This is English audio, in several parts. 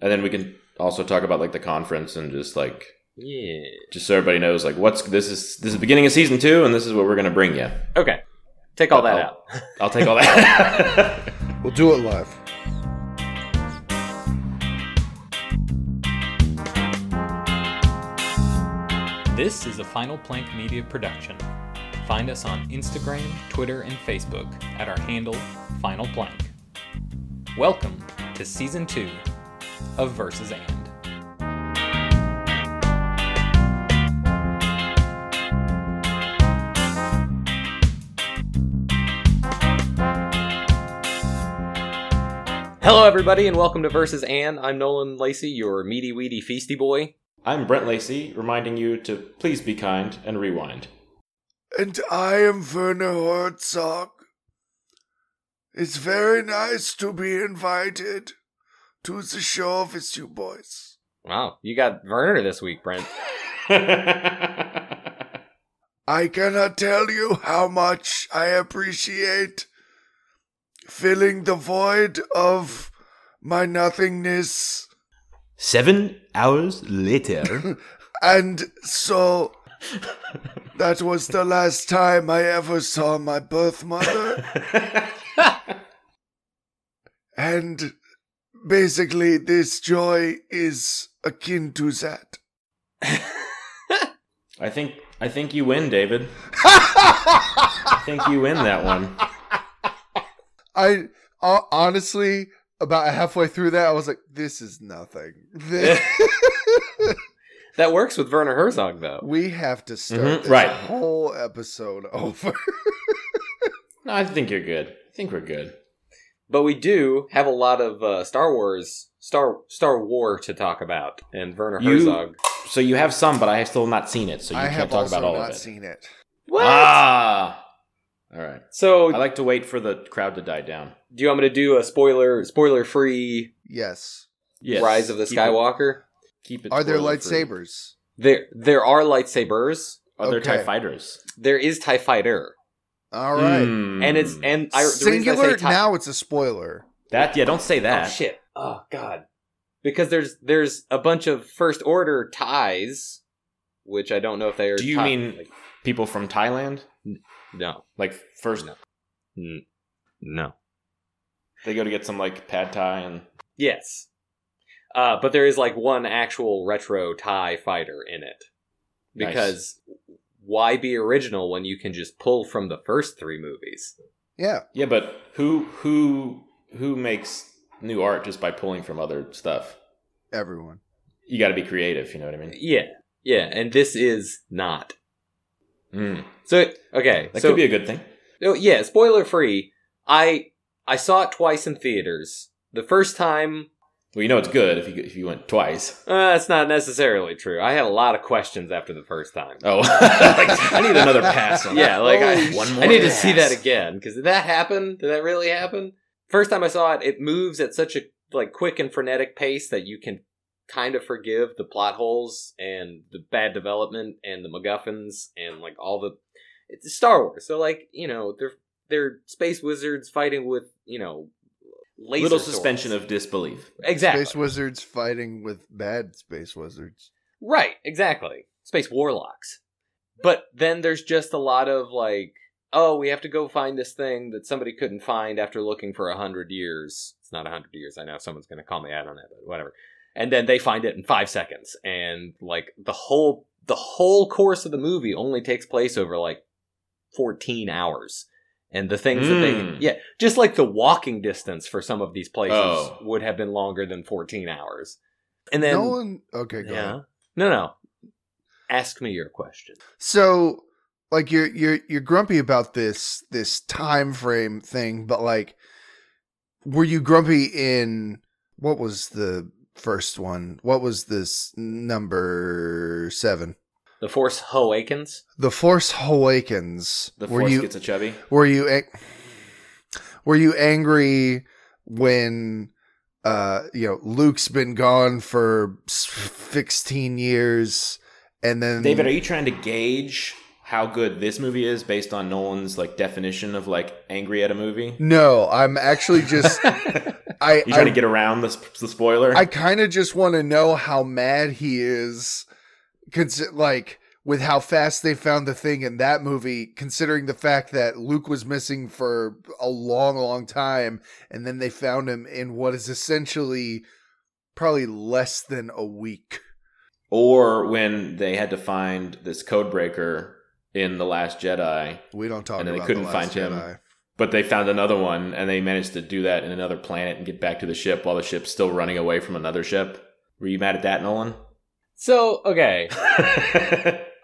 and then we can also talk about like the conference and just like Yeah. just so everybody knows like what's this is this is the beginning of season two and this is what we're gonna bring you. Okay. Take all that I'll- out. I'll take all that. We'll do it live. This is a Final Plank Media production. Find us on Instagram, Twitter, and Facebook at our handle Final Plank. Welcome to Season 2 of Versus And. Hello, everybody, and welcome to Versus Anne. I'm Nolan Lacey, your meaty, weedy, feasty boy. I'm Brent Lacey, reminding you to please be kind and rewind. And I am Werner Herzog. It's very nice to be invited to the show with you boys. Wow, you got Werner this week, Brent. I cannot tell you how much I appreciate filling the void of my nothingness. Seven hours later. And so that was the last time I ever saw my birth mother. and basically, this joy is akin to that. I think I think you win, David. I think you win that one. I uh, honestly about halfway through that I was like, this is nothing. This- That works with Werner Herzog, though. we have to start Mhm, this right. whole episode over. No, I think you're good. I think we're good. But we do have a lot of uh, Star Wars, Star Star War to talk about, and Werner You- Herzog. So you have some, but I have still not seen it, so you I can't have talk also about all not of it. seen it. What? Ah. All right. so, I like to wait for the crowd to die down. do you want me to do a spoiler, spoiler-free Yes. Yes. Rise of the Keep it- Skywalker? Keep it. Are there spoiler-free. lightsabers? There, there are lightsabers. Are there Okay. Oh, Tie Fighters? There is Tie Fighter, All right. Mm. and it's and I, the reason I Singular. say tie, now it's a spoiler. that. Yeah, don't say Oh that. shit! Oh god! Because there's there's a bunch of first order ties, which I don't know if they are. Do you tie- mean- like, People from Thailand, no? like first No. N- No. they go to get some like pad thai and Yes. Uh, but there is like one actual retro Tie Fighter in it, Nice. because why be original when you can just pull from the first three movies? Yeah. yeah, but who who who makes new art just by pulling from other stuff? Everyone. You got to be creative. You know what I mean? Yeah, yeah, and this is not. Mm. So okay, That so could be a good thing. No, yeah, spoiler free. I I saw it twice in theaters. The first time, Well, you know it's good if you if you went twice. uh, that's not necessarily true. I had a lot of questions after the first time. Oh, like, I need another pass on. that. Yeah, like I, One more I need to pass. see that again because did that happen? Did that really happen? First time I saw it, it moves at such a like quick and frenetic pace that you can kind of forgive the plot holes and the bad development and the MacGuffins and like all the it's Star Wars. So like you know they're they're space wizards fighting with you know laser Little swords. suspension of disbelief. Exactly. Space wizards fighting with bad space wizards. Right, exactly. Space warlocks. But then there's just a lot of like, oh, we have to go find this thing that somebody couldn't find after looking for a hundred years. It's not a hundred years. I know someone's going to call me out on it, but whatever. And then they find it in five seconds, and like the whole the whole course of the movie only takes place over like fourteen hours. And the things that Mm. they yeah, just like the walking distance for some of these places Oh. would have been longer than fourteen hours. And then Nolan. Okay. Go ahead. no, no. Ask me your question. so like you're you're you're grumpy about this this time frame thing but like were you grumpy in what was the first one what was this number seven The Force awakens. the force awakens The were force you gets a chubby. were you an- were you angry when uh you know luke's been gone for s- 16 years and then David, are you trying to gauge how good this movie is based on Nolan's like definition of like angry at a movie? No, I'm actually just I You I, trying to get around the, sp- the spoiler? I kind of just want to know how mad he is consi- like with how fast they found the thing in that movie considering the fact that Luke was missing for a long long time and then they found him in what is essentially probably less than a week. or when they had to find this codebreaker in the Last Jedi, We don't talk And then about they couldn't the find Last him. Jedi. but they found another one, and they managed to do that in another planet and get back to the ship while the ship's still running away from another ship. Were you mad at that, Nolan? So, okay.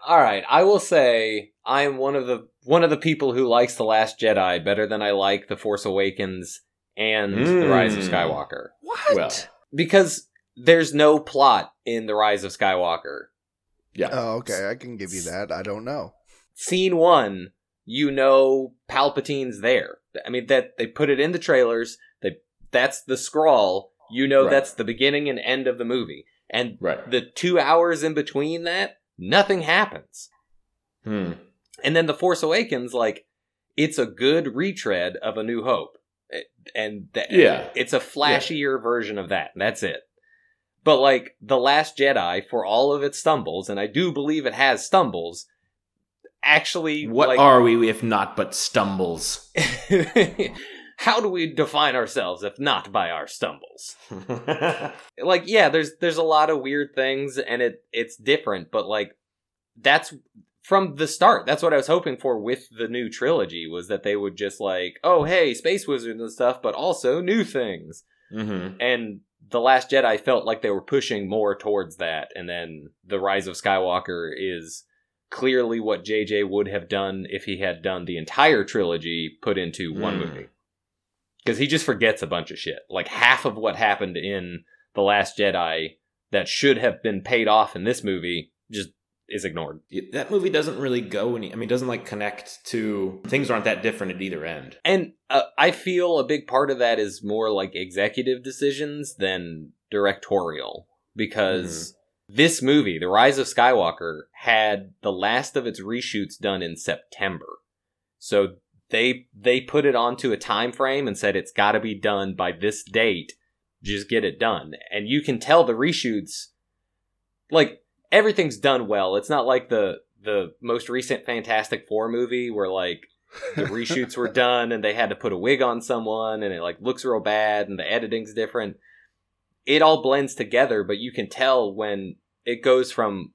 All right, I will say I am one of the one of the people who likes The Last Jedi better than I like The Force Awakens and The Rise of Mm. Skywalker. Hmm. What? Well, Because there's no plot in The Rise of Skywalker. yeah. Oh, okay. I can give you that. I don't know. Scene 1, you know Palpatine's there. I mean that they put it in the trailers, they that's the scrawl. You know Right. that's the beginning and end of the movie. And right. the 2 hours in between that, nothing happens. Hmm. And then The Force Awakens, like, it's a good retread of A New Hope. It- And th- Yeah. it's a flashier version of that. and That's it. But, like, The Last Jedi, for all of its stumbles, and I do believe it has stumbles, actually, What like, are we if not but stumbles? how do we define ourselves if not by our stumbles? right. like yeah there's there's a lot of weird things and it it's different but like that's from the start that's what i was hoping for with the new trilogy was that they would just like oh hey space wizards and stuff but also new things Mm-hmm. and the last jedi felt like they were pushing more towards that and then the rise of skywalker is clearly what jj would have done if he had done the entire trilogy put into one Hmm. movie because he just forgets a bunch of shit like half of what happened in the last jedi that should have been paid off in this movie just is ignored That movie doesn't really go any. I mean, it doesn't like connect to things aren't that different at either end. And uh, I feel a big part of that is more like executive decisions than directorial because this movie, The Rise of Skywalker, had the last of its reshoots done in September. So they they put it onto a time frame and said it's got to be done by this date. Just get it done. And you can tell the reshoots like everything's done well. It's not like the the most recent Fantastic 4 movie where like the reshoots were done and they had to put a wig on someone and it like looks real bad and the editing's different it all blends together but you can tell when it goes from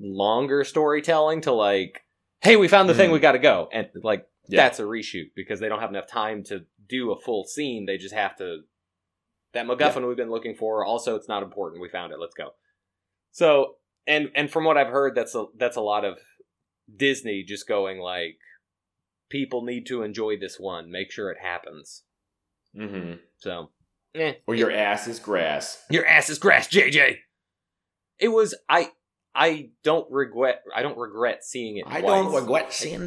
longer storytelling to like hey we found the thing Mhm. we got to go and like Yeah. that's a reshoot because they don't have enough time to do a full scene they just have to that MacGuffin we've been looking for. Also, it's not important. We found it. Let's go. So, and and from what I've heard, that's a that's a lot of Disney just going like, people need to enjoy this one. Make sure it happens. Mm-hmm. So, eh. Or your ass is grass. Your ass is grass, JJ. It was I. I don't regret. I don't regret seeing it. twice. regret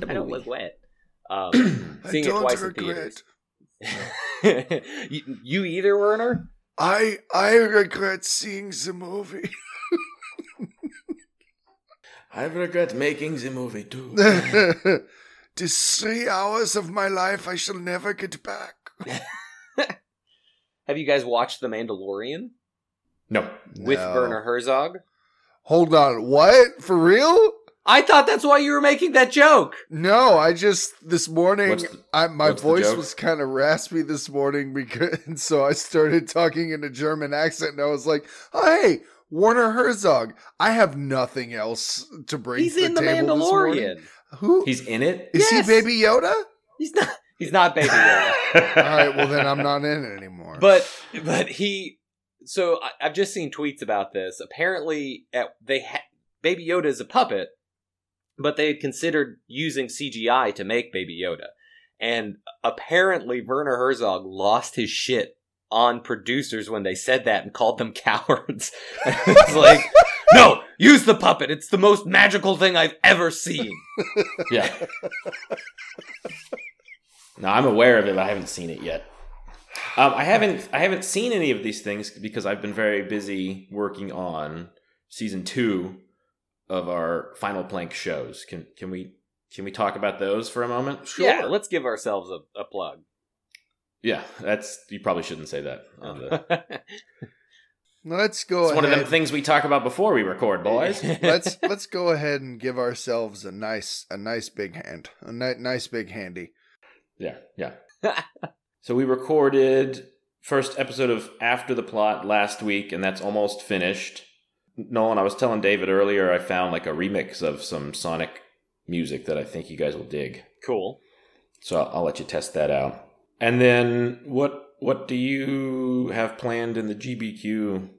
I don't regret. Um, seeing I it don't twice in regret. theaters. you, you either, Werner. I I regret seeing the movie. I regret making the movie too. These three hours of my life I shall never get back. Have you guys watched The Mandalorian no. with No. Werner Herzog? Hold on. What? For real? I thought that's why you were making that joke. No, I just this morning What's the- I my what's the voice joke? was kind of raspy this morning because and so I started talking in a German accent and I was like, oh, "Hey, Warner Herzog, I have nothing else to bring He's to the in The table this morning." Mandalorian. Who He's in it? is Yes. he Baby Yoda? He's not. He's not Baby Yoda. All right, well then I'm not in it anymore. but but he. So I, I've just seen tweets about this. Apparently, at, they ha- Baby Yoda is a puppet, but they had considered using CGI to make Baby Yoda, and apparently Werner Herzog lost his shit on producers when they said that and called them cowards. it's like, no, use the puppet. It's the most magical thing I've ever seen. Yeah. no, I'm aware of it, but I haven't seen it yet. Um, I haven't I haven't seen any of these things because I've been very busy working on season two of our final plank shows. Can can we Can we talk about those for a moment? Yeah, let's give ourselves a, a plug. Yeah, that's you probably shouldn't say that. On the, Let's go it's ahead. one of them things we talk about before we record, boys. let's let's go ahead and give ourselves a nice a nice big hand. A ni- nice big handy. Yeah, yeah. so we recorded first episode of After the Plot last week, and that's almost finished. Nolan, I was telling David earlier, I found like a remix of some Sonic music that I think you guys will dig. cool. So I'll, I'll let you test that out. And then what what do you have planned in the GBQ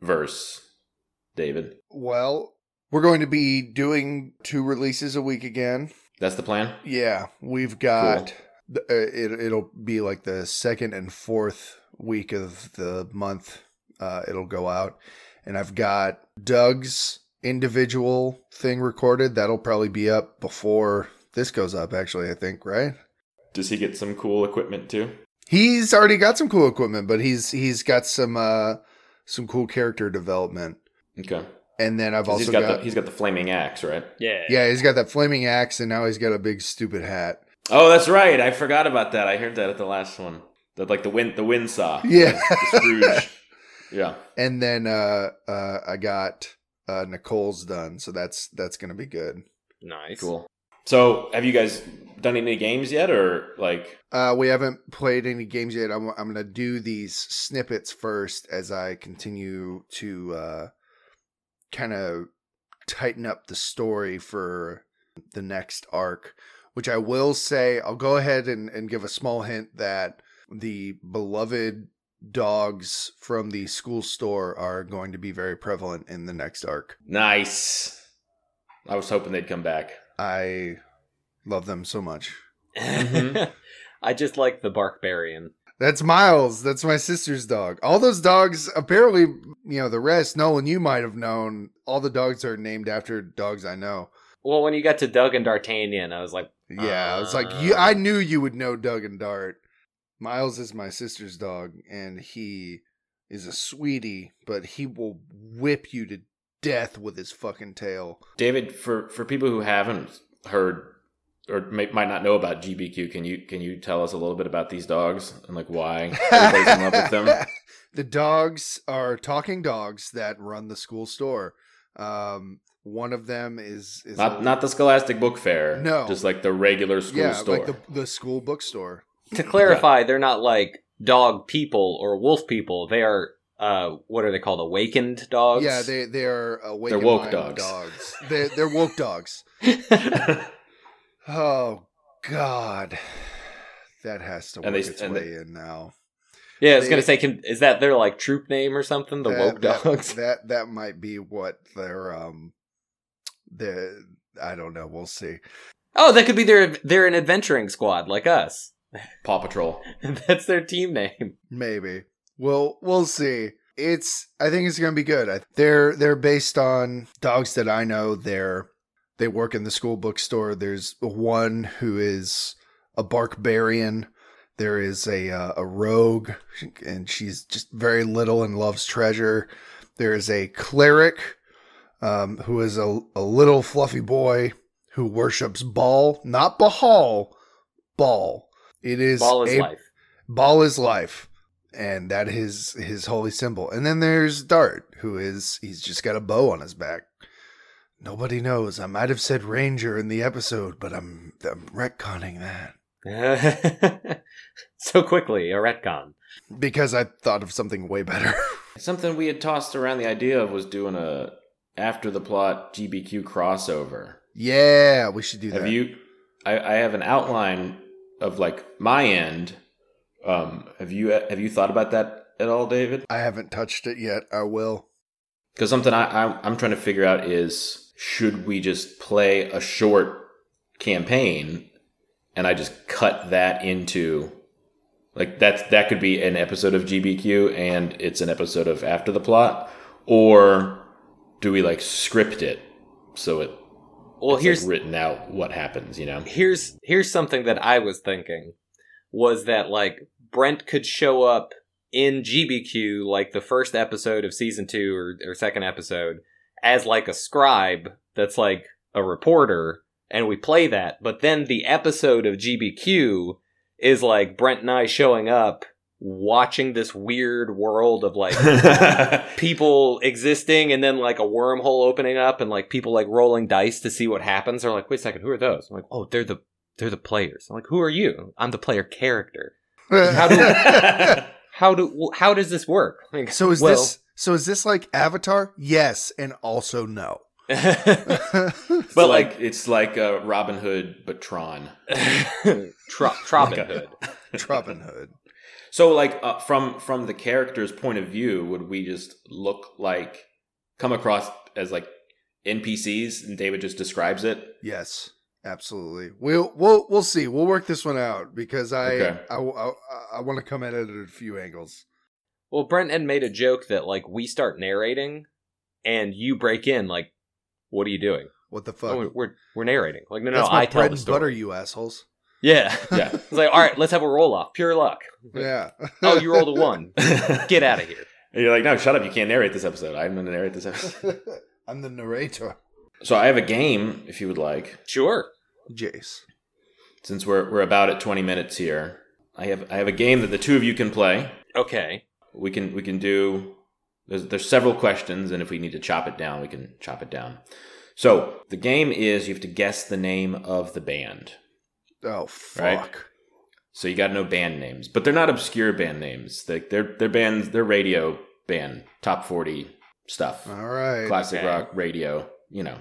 verse, David? Well, we're going to be doing two releases a week again. That's the plan. Yeah, we've got th- uh, it. It'll be like the second and fourth week of the month. Uh, it'll go out, and I've got Doug's individual thing recorded. That'll probably be up before this goes up. Actually, I think right. Does he get some cool equipment too? He's already got some cool equipment, but he's he's got some uh some cool character development. Okay. And then I've 'Cause also He's got, got, the, he's got the flaming axe, right? Yeah. yeah, he's got that flaming axe, and now he's got a big stupid hat. Oh, that's right. I forgot about that. I heard that at the last one. That like the wind the wind saw. Yeah. The Scrooge. yeah. and then uh uh I got uh Nicole's done, so that's that's gonna be good. Nice. Cool. So have you guys done any games yet or like Uh we haven't played any games yet. I'm I'm gonna do these snippets first as I continue to uh kind of tighten up the story for the next arc, which I will say I'll go ahead and, and give a small hint that the beloved dogs from the school store are going to be very prevalent in the next arc. nice. I was hoping they'd come back. I love them so much. Mm-hmm. Mhm. I just like the Barkbarian. That's Miles. That's my sister's dog. All those dogs, apparently, you know, the rest, Nolan, you might have known, all the dogs are named after dogs I know. Well, when you got to Doug and D'Artagnan, I was like, Yeah, it's like you. Uh. I knew you would know Doug and Dart. Miles is my sister's dog, and he is a sweetie, but he will whip you to death with his fucking tail. David, for for people who haven't heard or may, might not know about GBQ, can you can you tell us a little bit about these dogs and like why everybody's in love with them? the dogs are talking dogs that run the school store. Um, one of them is, is Not a- not the Scholastic Book Fair. No. just like the regular school yeah, store. like the the school bookstore. to clarify, they're not like dog people or wolf people. They are, uh, what are they called? Awakened dogs? Yeah, they they are awake. They're and woke mind dogs. dogs. They're they're woke dogs. Oh God, that has to work And they- its and way they- in now. yeah, I was going they- Uh, to say, can, is that their like troop name or something? The That- woke that- dogs? That that might be what their um their I don't know. We'll see. Oh, that could be their, they're an adventuring squad like us. Paw Patrol. That's their team name. Maybe. Well, we'll see. It's. I think it's gonna be good. I, they're they're based on dogs that I know. They're they work in the school bookstore. There's one who is a barkbarian. There is a uh, a rogue, and she's just very little and loves treasure. There is a cleric, um, who is a a little fluffy boy who worships Ball, not Bahal, Ball. It is Ball is a life. ball is life and that is his holy symbol and then there's dart who is he's just got a bow on his back nobody knows i might have said ranger in the episode but i'm i'm retconning that so quickly, a retcon. because i thought of something way better Something we had tossed around the idea of was doing a after the plot GBQ crossover. yeah we should do that Have you? I, I have an outline of like my end. Um, have you have you thought about that at all, David? i haven't touched it yet i will Because something I, I I'm trying to figure out is should we just play a short campaign, and I just cut that into like that's that could be an episode of GBQ and it's an episode of After the Plot, or do we like script it so it Well, it's, like, here's written out what happens? You know, here's here's something that I was thinking was that like Brent could show up in GBQ like the first episode of season 2 or or second episode as like a scribe that's like a reporter and we play that. But then the episode of GBQ is like Brent and I showing up, watching this weird world of like people existing and then like a wormhole opening up and like people like rolling dice to see what happens. They're like, wait a second, who are those? I'm like, oh, they're the they're the players. I'm like, who are you? I'm the player character. How do- How do how does this work? Like, so is well- this so is this like Avatar? Yes, and also no. but But, like, like- it's like uh, Robin Hood but Tron. Tro- Trobin Hood. Robin Hood. So like uh, from from the character's point of view, would we just look like come across as like NPCs and David just describes it? Yes, absolutely. We'll we'll we'll see. We'll work this one out because I Okay. I, want to come at it at a few angles. Well, Brent had made a joke that like we start narrating, and you break in like, "What are you doing?" What the fuck? Oh, we're we're narrating. Like, no, no, That's no my I tell bread the and story. butter, you assholes. Yeah, Yeah. it's like, all right, let's have a roll off. Pure luck. Yeah. Oh, you rolled a one. Get out of here. And you're like, no, shut up! You can't narrate this episode. I'm going to narrate this episode. I'm the narrator, so I have a game, if you would like, Sure. Jace. since we're we're about at 20 minutes here. I have I have a game that the two of you can play. Okay. We can we can do. There's there's several questions, and if we need to chop it down, we can chop it down. So the game is you have to guess the name of the band. Oh fuck. Right. So you got to know band names, but they're not obscure band names. Like they're they're bands, they're radio band, top forty stuff, All right. classic okay. rock radio, you know.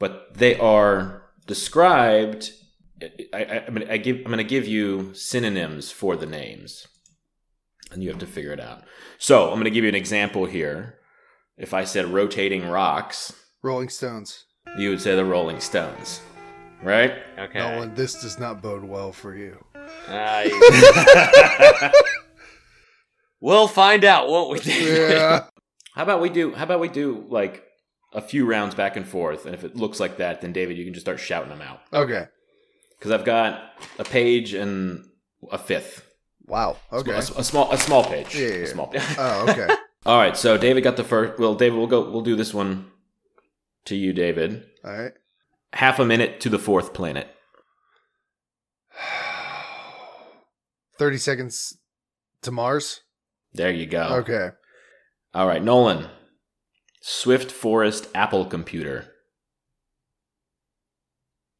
But they are described. I, I, I mean, I give I'm going to give you synonyms for the names, and you have to figure it out. So I'm going to give you an example here. If I said rotating rocks, Rolling Stones. you would say the Rolling Stones, right? Okay. Nolan, this does not bode well for you. I- we'll find out, won't we? Yeah. How about we do? How about we do like a few rounds back and forth, and if it looks like that, then David, you can just start shouting them out. okay. Because I've got a page and a fifth. Wow. Sm- Okay. A, s- a small, a small page. Yeah, yeah, A yeah. small page. Oh, okay. All right. So David got the first. Well, David, we'll go. We'll do this one to you, David. All right. Half a minute to the fourth planet. 30 seconds to Mars. There you go. Okay. All right, Nolan. Swift Forest Apple Computer.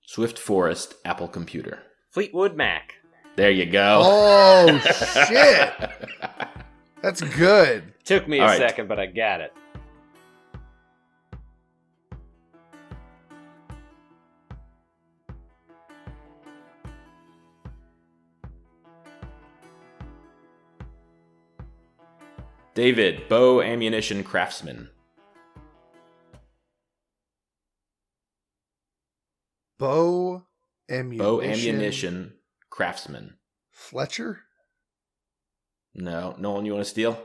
Swift Forest Apple Computer. Fleetwood Mac. There you go. Oh, shit. That's good. Took me All a right. second, but I got it. David, bow ammunition craftsman. Bow ammunition. Bow ammunition craftsman. Fletcher? No, Nolan, you want to steal?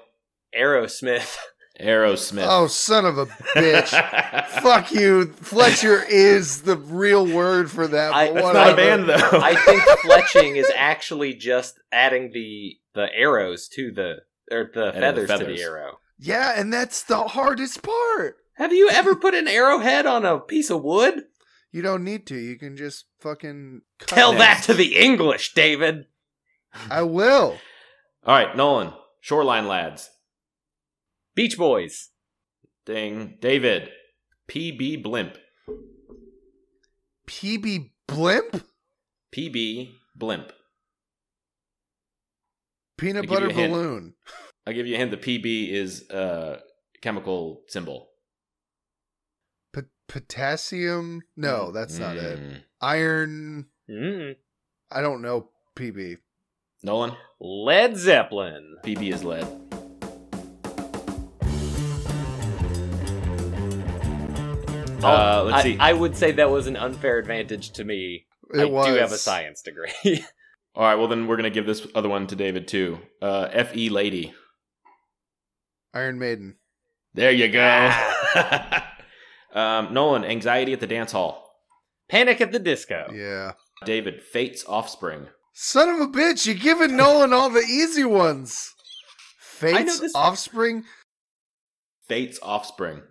Aerosmith. Aerosmith. Oh, son of a bitch. Fuck you. Fletcher is the real word for that. I- but That's not whatever. a band though. I think fletching is actually just adding the the arrows to the or the the feathers, to feathers. the arrow. Yeah, and that's the hardest part. Have you ever put an arrowhead on a piece of wood? You don't need to. You can just fucking cut Tell it. that to the English, David. I will. All right, Nolan. Shoreline lads. Beach Boys. Ding. David. PB blimp. PB Blimp? PB blimp. Peanut I'll give you butter a hint. balloon. I'll give you a hint. The PB is uh, chemical symbol. P- potassium? No, that's not it. Mm. Iron. Mm. I don't know PB. Nolan. Led Zeppelin. PB is lead. Uh, Oh, let's I, see. I would say that was an unfair advantage to me. It I was. do have a science degree. All right, well then we're gonna give this other one to David too. Uh, F E lady. Iron Maiden. There you go. um, Nolan, anxiety at the dance hall. Panic at the Disco. Yeah. David, fate's offspring. Son of a bitch, you're giving Nolan all the easy ones. know Fate's this- offspring, Fate's offspring.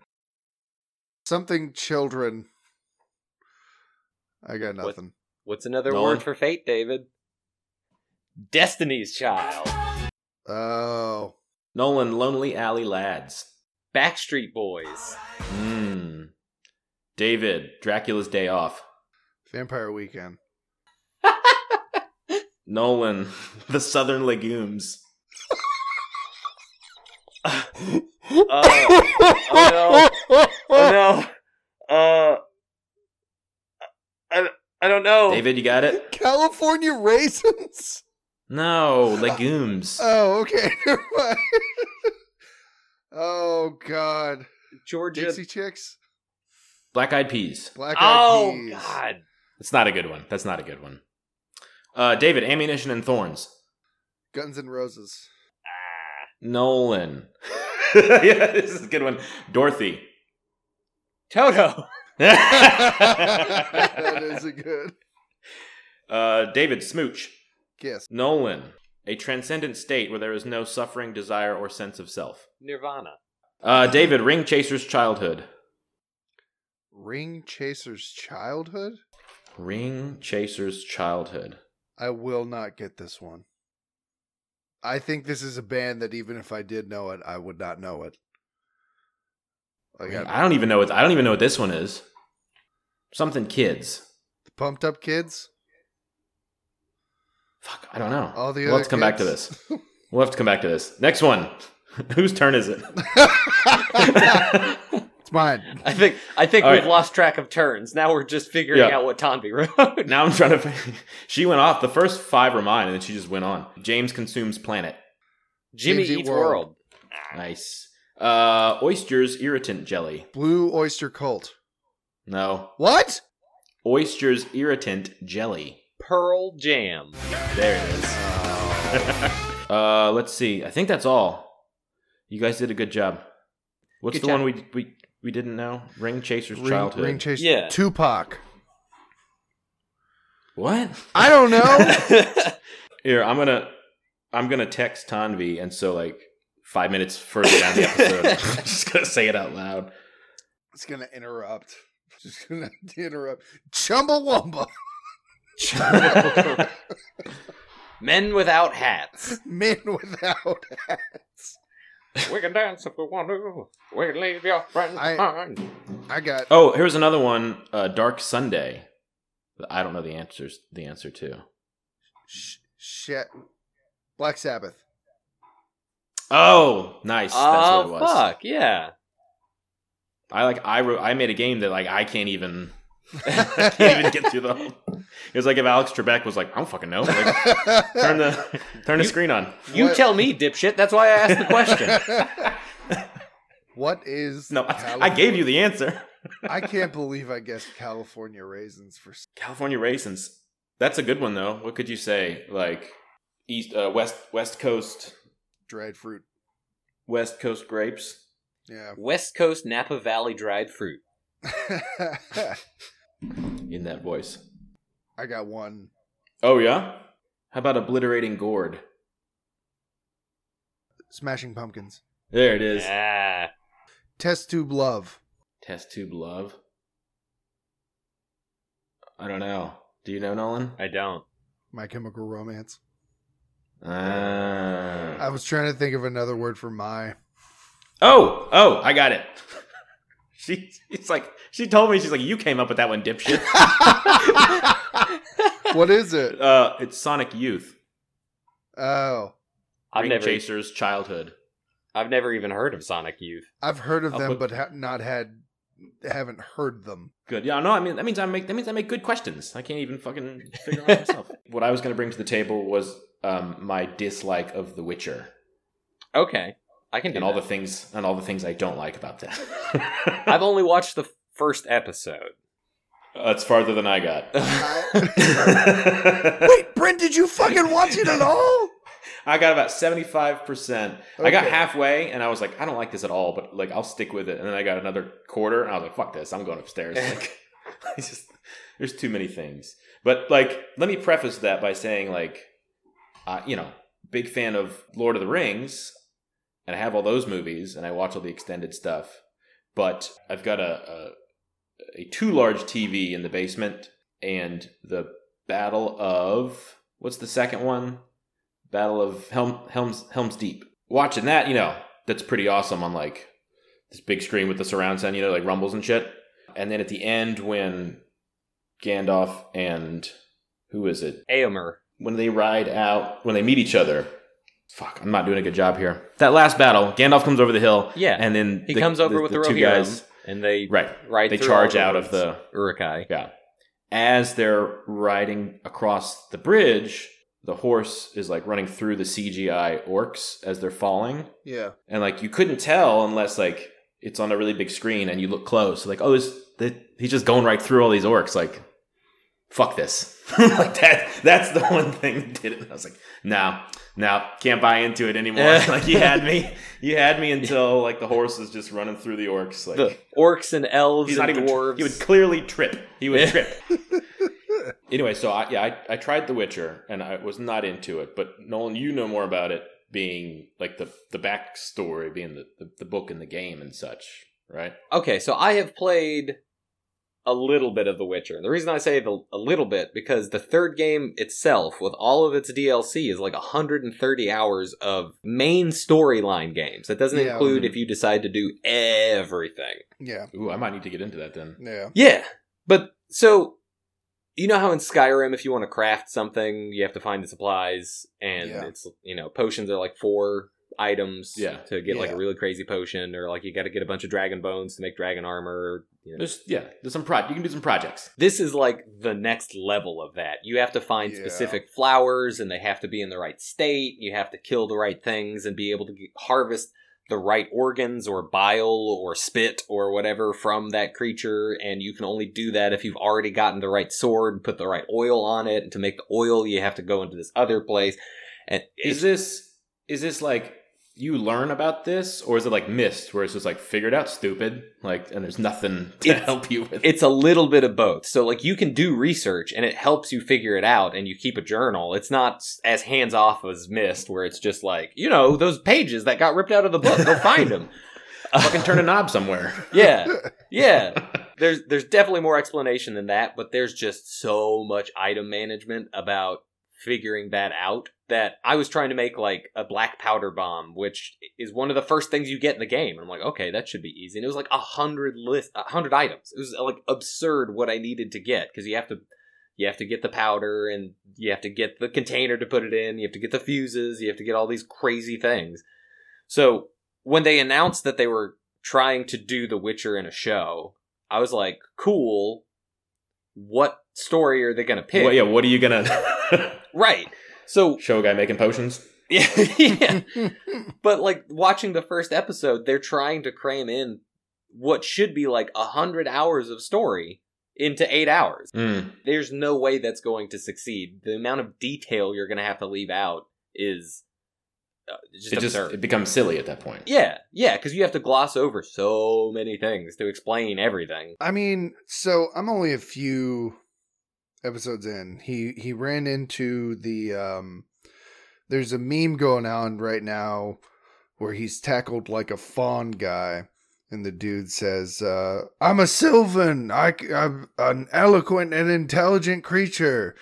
something children. I got What? nothing. What's another Nolan? word for fate, David? Destiny's Child, Oh, Nolan, Lonely Alley Lads. Backstreet Boys, Mmm. David, Dracula's Day Off. Vampire Weekend. Nolan, The Southern Legumes. uh, oh oh no. Uh, I, I don't know. David, you got it? California raisins. No, legumes. Oh, okay. Never mind. oh God, Georgia. Dixie Chicks, Black Eyed Peas. Black Eyed oh, Peas. God. That's not a good one. That's not a good one. Uh, David, Ammunition and Thorns. Guns and Roses. Nolan. yeah, this is a good one. Dorothy. Toto. that is a good uh, David, Smooch. guess. Nolan. A transcendent state where there is no suffering, desire, or sense of self. Nirvana. Uh, David, Ring Chaser's Childhood. Ring Chaser's Childhood. Ring Chaser's Childhood. I will not get this one. I think this is a band that even if I did know it, I would not know it. Like I- I don't even know what I don't even know what this one is. Something kids. Pumped Up Kids. Fuck, I don't know. All the we'll other have to come back to kids. this. We'll have to come back to this. Next one. Whose turn is it? It's mine. I think I think All we've right. lost track of turns. Now we're just figuring Yeah. out what Tommy wrote. now I'm trying to. fi- she went off. The first five were mine, and then she just went on. James consumes planet. Jimmy James Eat Eats World. World. Nice. Uh, oysters irritant jelly. Blue Oyster Cult. No. What? Oysters irritant jelly. Pearl Jam. There it is. uh, let's see. I think that's all. You guys did a good job. What's Good the job. one we we we didn't know? Ring Chaser's Ring, childhood. ring Chaser. Yeah. Tupac. what? I don't know. Here, I'm gonna I'm gonna text Tanvi, and so like five minutes further down the episode, I'm just gonna say it out loud. it's gonna interrupt. Just gonna interrupt. Chumbawamba. Men without hats. Men without. we can dance if we want to. We can leave your friends I- behind. I got. oh, here's another one. Uh, Dark Sunday. I don't know the answers. The answer to. Sh- shit. Black Sabbath. Oh, nice. That's what it Oh was. fuck yeah! I like I wrote, I made a game that like I can't even I can't even get through the whole. It was like if Alex Trebek was like, I don't fucking know. Like, turn the turn the screen on. You What- tell me, dipshit. That's why I asked the question. what is No, I, California- I gave you the answer. I can't believe I guessed California raisins for. s- California raisins. That's a good one though. What could you say? Like east uh, west west coast dried fruit. west coast grapes. Yeah. West Coast Napa Valley dried fruit. In that voice. I got one. Oh yeah. How about obliterating gourd? Smashing Pumpkins. There it is. Ah, Test Tube Love. Test tube love. I don't know. Do you know Nolan? I don't. My Chemical Romance. Ah. I was trying to think of another word for my. Oh, oh, I got it. She, she's like, she told me, she's like, you came up with that one, dipshit. What is it? uh, it's Sonic Youth. Oh, I've Ring never. Chaser's Childhood. I've never even heard of Sonic Youth. I've heard of I'll them, put- but ha- not had, haven't heard them. Good. Yeah, no, I mean that means I make that means I make good questions. I can't even fucking figure out myself. what I was gonna bring to the table was um, my dislike of The Witcher Okay, I can do and all that. the things and all the things I don't like about that. I've only watched the first episode. That's farther than I got. Wait, Brent, did you fucking watch it at all? I got about 75%. I got Okay. halfway and I was like, I don't like this at all, but like I'll stick with it. And then I got another quarter and I was like, fuck this, I'm going upstairs. Like it's just there's too many things. But like let me preface that by saying like uh, you know, big fan of Lord of the Rings and I have all those movies and I watch all the extended stuff. But I've got a a, a too large TV in the basement and the Battle of what's the second one? Battle of Helm, Helms Helms Deep. Watching that, you know, that's pretty awesome on like this big screen with the surround sound, you know, like rumbles and shit. And then at the end when Gandalf and who is it? Aomer. when they ride out, when they meet each other. Fuck, I'm not doing a good job here. That last battle, Gandalf comes over the hill, Yeah. and then he comes over with the, two Rohirrim guys. and they Right, ride they through charge all out of roads. the Urukai. yeah. As they're riding across the bridge, the horse is like running through the CGI orcs as they're falling, Yeah. and like you couldn't tell unless like it's on a really big screen and you look close. Like, oh, is that he's just going right through all these orcs? Like, fuck this. like that. That's the one thing that did it. I was like, no, no, can't buy into it anymore. like you had me. You had me until like the horse is just running through the orcs. Like The orcs and elves he's and not even. dwarves. He would clearly trip. He would Yeah. trip. anyway, so I, yeah, I, I tried The Witcher and I was not into it. But Nolan, you know more about it, being like the the backstory, being the, the, the book and the game and such, right? okay, so I have played a little bit of The Witcher. The reason I say the, a little bit because the third game itself, with all of its DLC, is like 130 hours of main storyline games. That doesn't Yeah. mhm. include if you decide to do everything. Yeah. Ooh, I might need to get into that then. Yeah. Yeah, but so you know how in Skyrim, if you want to craft something, you have to find the supplies, and Yeah. it's you know potions are like four items Yeah. to get like a Yeah. really crazy potion, or like you got to get a bunch of dragon bones to make dragon armor. You know. There's yeah, there's some pro. You can do some projects. This is like the next level of that. You have to find Yeah. specific flowers, and they have to be in the right state. You have to kill the right things and be able to get, harvest the right organs or bile or spit or whatever from that creature. And you can only do that if you've already gotten the right sword and put the right oil on it. And to make the oil, you have to go into this other place. And Is it's- this is this like you learn about this, or is it like Mist, where it's just like figured out, stupid, like, and there's nothing to It's- help you with? it's a little bit of both. So like you can do research and it helps you figure it out and you keep a journal. It's not s- as hands off as Mist where it's just like, you know, those pages that got ripped out of the book, go find them. Fucking turn a knob somewhere. yeah. Yeah. There's there's definitely more explanation than that, but there's just so much item management about figuring that out that I was trying to make like a black powder bomb, which is one of the first things you get in the game. And I'm like, okay, that should be easy. And it was like a hundred list, a hundred items. It was uh, like absurd what I needed to get because you have to. You have to get the powder and you have to get the container to put it in. You have to get the fuses. You have to get all these crazy things. So when they announced that they were trying to do The Witcher in a show, I was like, cool. What story are they going to pick? Well, yeah, what are you gonna Right. So, show a guy making potions? yeah, yeah. But like watching the first episode, they're trying to cram in what should be like a hundred hours of story into eight hours. Mm. There's no way that's going to succeed. The amount of detail you're going to have to leave out is uh, just it just absurd. it becomes silly at that point. yeah, yeah, because you have to gloss over so many things to explain everything. I mean, so I'm only a few episodes in. He he ran into the um there's a meme going on right now where he's tackled like a fawn guy and the dude says, uh, "I'm a Sylvan. I, am an eloquent and intelligent creature."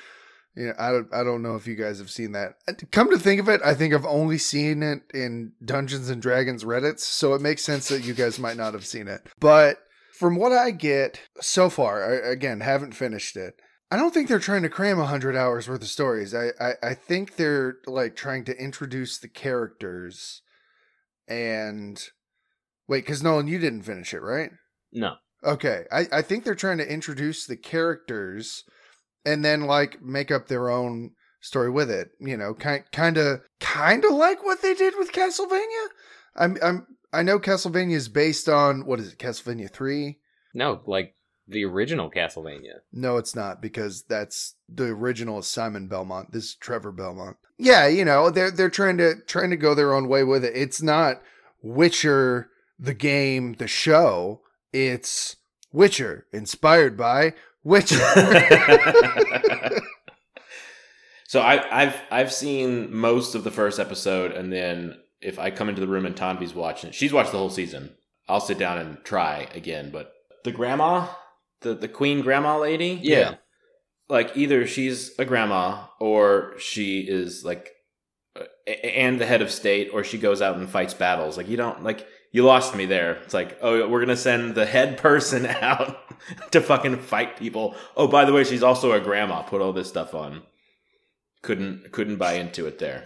You know, I don't, I don't know if you guys have seen that. Come to think of it, I think I've only seen it in Dungeons and Dragons Reddits, so it makes sense that you guys might not have seen it. But from what I get so far, I, again, haven't finished it. I don't think they're trying to cram 100 hours worth of stories. I, I, I think they're like trying to introduce the characters and wait, because Nolan, you didn't finish it, right? No. Okay. I, I think they're trying to introduce the characters and then like make up their own story with it, you know, kind kind of kind of like what they did with Castlevania. I'm I'm I know Castlevania is based on what is it? Castlevania 3? No, like the original Castlevania. No, it's not because that's the original is Simon Belmont. This is Trevor Belmont. Yeah, you know they're they're trying to trying to go their own way with it. It's not Witcher the game, the show. It's Witcher inspired by Witcher. so I, I've I've seen most of the first episode, and then if I come into the room and Tanvi's watching, she's watched the whole season. I'll sit down and try again. But the grandma, the the queen grandma lady, Yeah. like either she's a grandma or she is like uh, a- and the head of state or she goes out and fights battles like you don't like you lost me there it's like oh we're gonna send the head person out to fucking fight people oh by the way she's also a grandma put all this stuff on couldn't couldn't buy into it there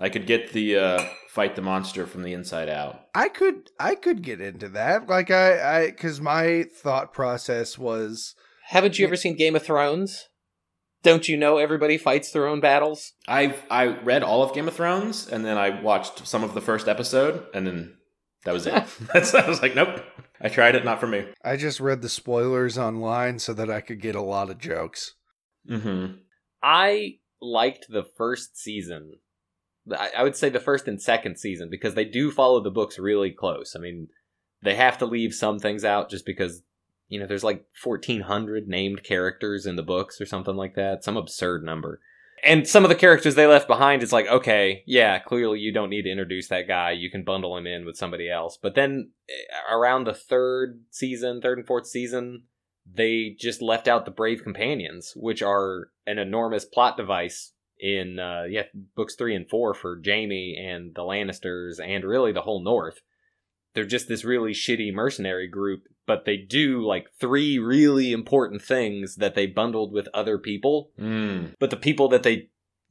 i could get the uh fight the monster from the inside out I could I could get into that. Like I I cuz my thought process was Haven't you ever seen Game of Thrones? Don't you know everybody fights their own battles? I've I read all of Game of Thrones and then I watched some of the first episode and then that was it. That's I was like, nope. I tried it, not for me. I just read the spoilers online so that I could get a lot of jokes. Mm-hmm. I liked the first season. I, I would say the first and second season because they do follow the books really close. I mean, they have to leave some things out just because you know there's like 1400 named characters in the books or something like that, some absurd number. And some of the characters they left behind it's like, okay, yeah, clearly you don't need to introduce that guy. You can bundle him in with somebody else. But then eh, around the third season, third and fourth season, they just left out the brave companions which are an enormous plot device in uh yeah books 3 and 4 for Jamie and the Lannisters and really the whole north they're just this really shitty mercenary group but they do like three really important things that they bundled with other people Mm. but the people that they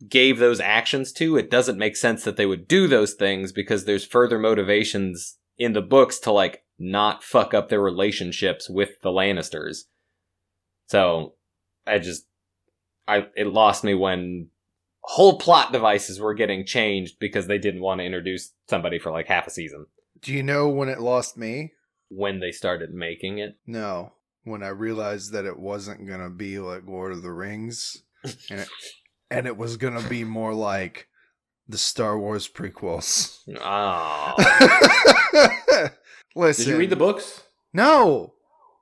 gave those actions to, it doesn't make sense that they would do those things because there's further motivations in the books to like not fuck up their relationships with the Lannisters. So I just I it lost me when whole plot devices were getting changed because they didn't want to introduce somebody for like half a season Do you know when it lost me? when they started making it. No. When I realized that it wasn't going to be like Lord of the Rings and it, and it was going to be more like the Star Wars prequels. Oh. Listen. Did you read the books? No,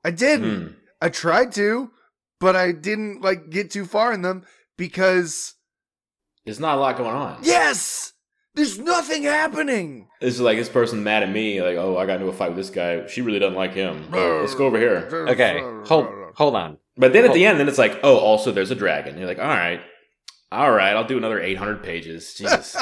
I didn't. Mm. I tried to, but I didn't like get too far in them because There's not a lot going on. yes, there's nothing happening. This is like this person mad at me, like, oh, I got into a fight with this guy. She really doesn't like him. Oh, Let's go over here. Okay. Hold hold on. But then at the end, then it's like, oh, also there's a dragon. You're like, all right. All right, I'll do another 800 pages. Jesus.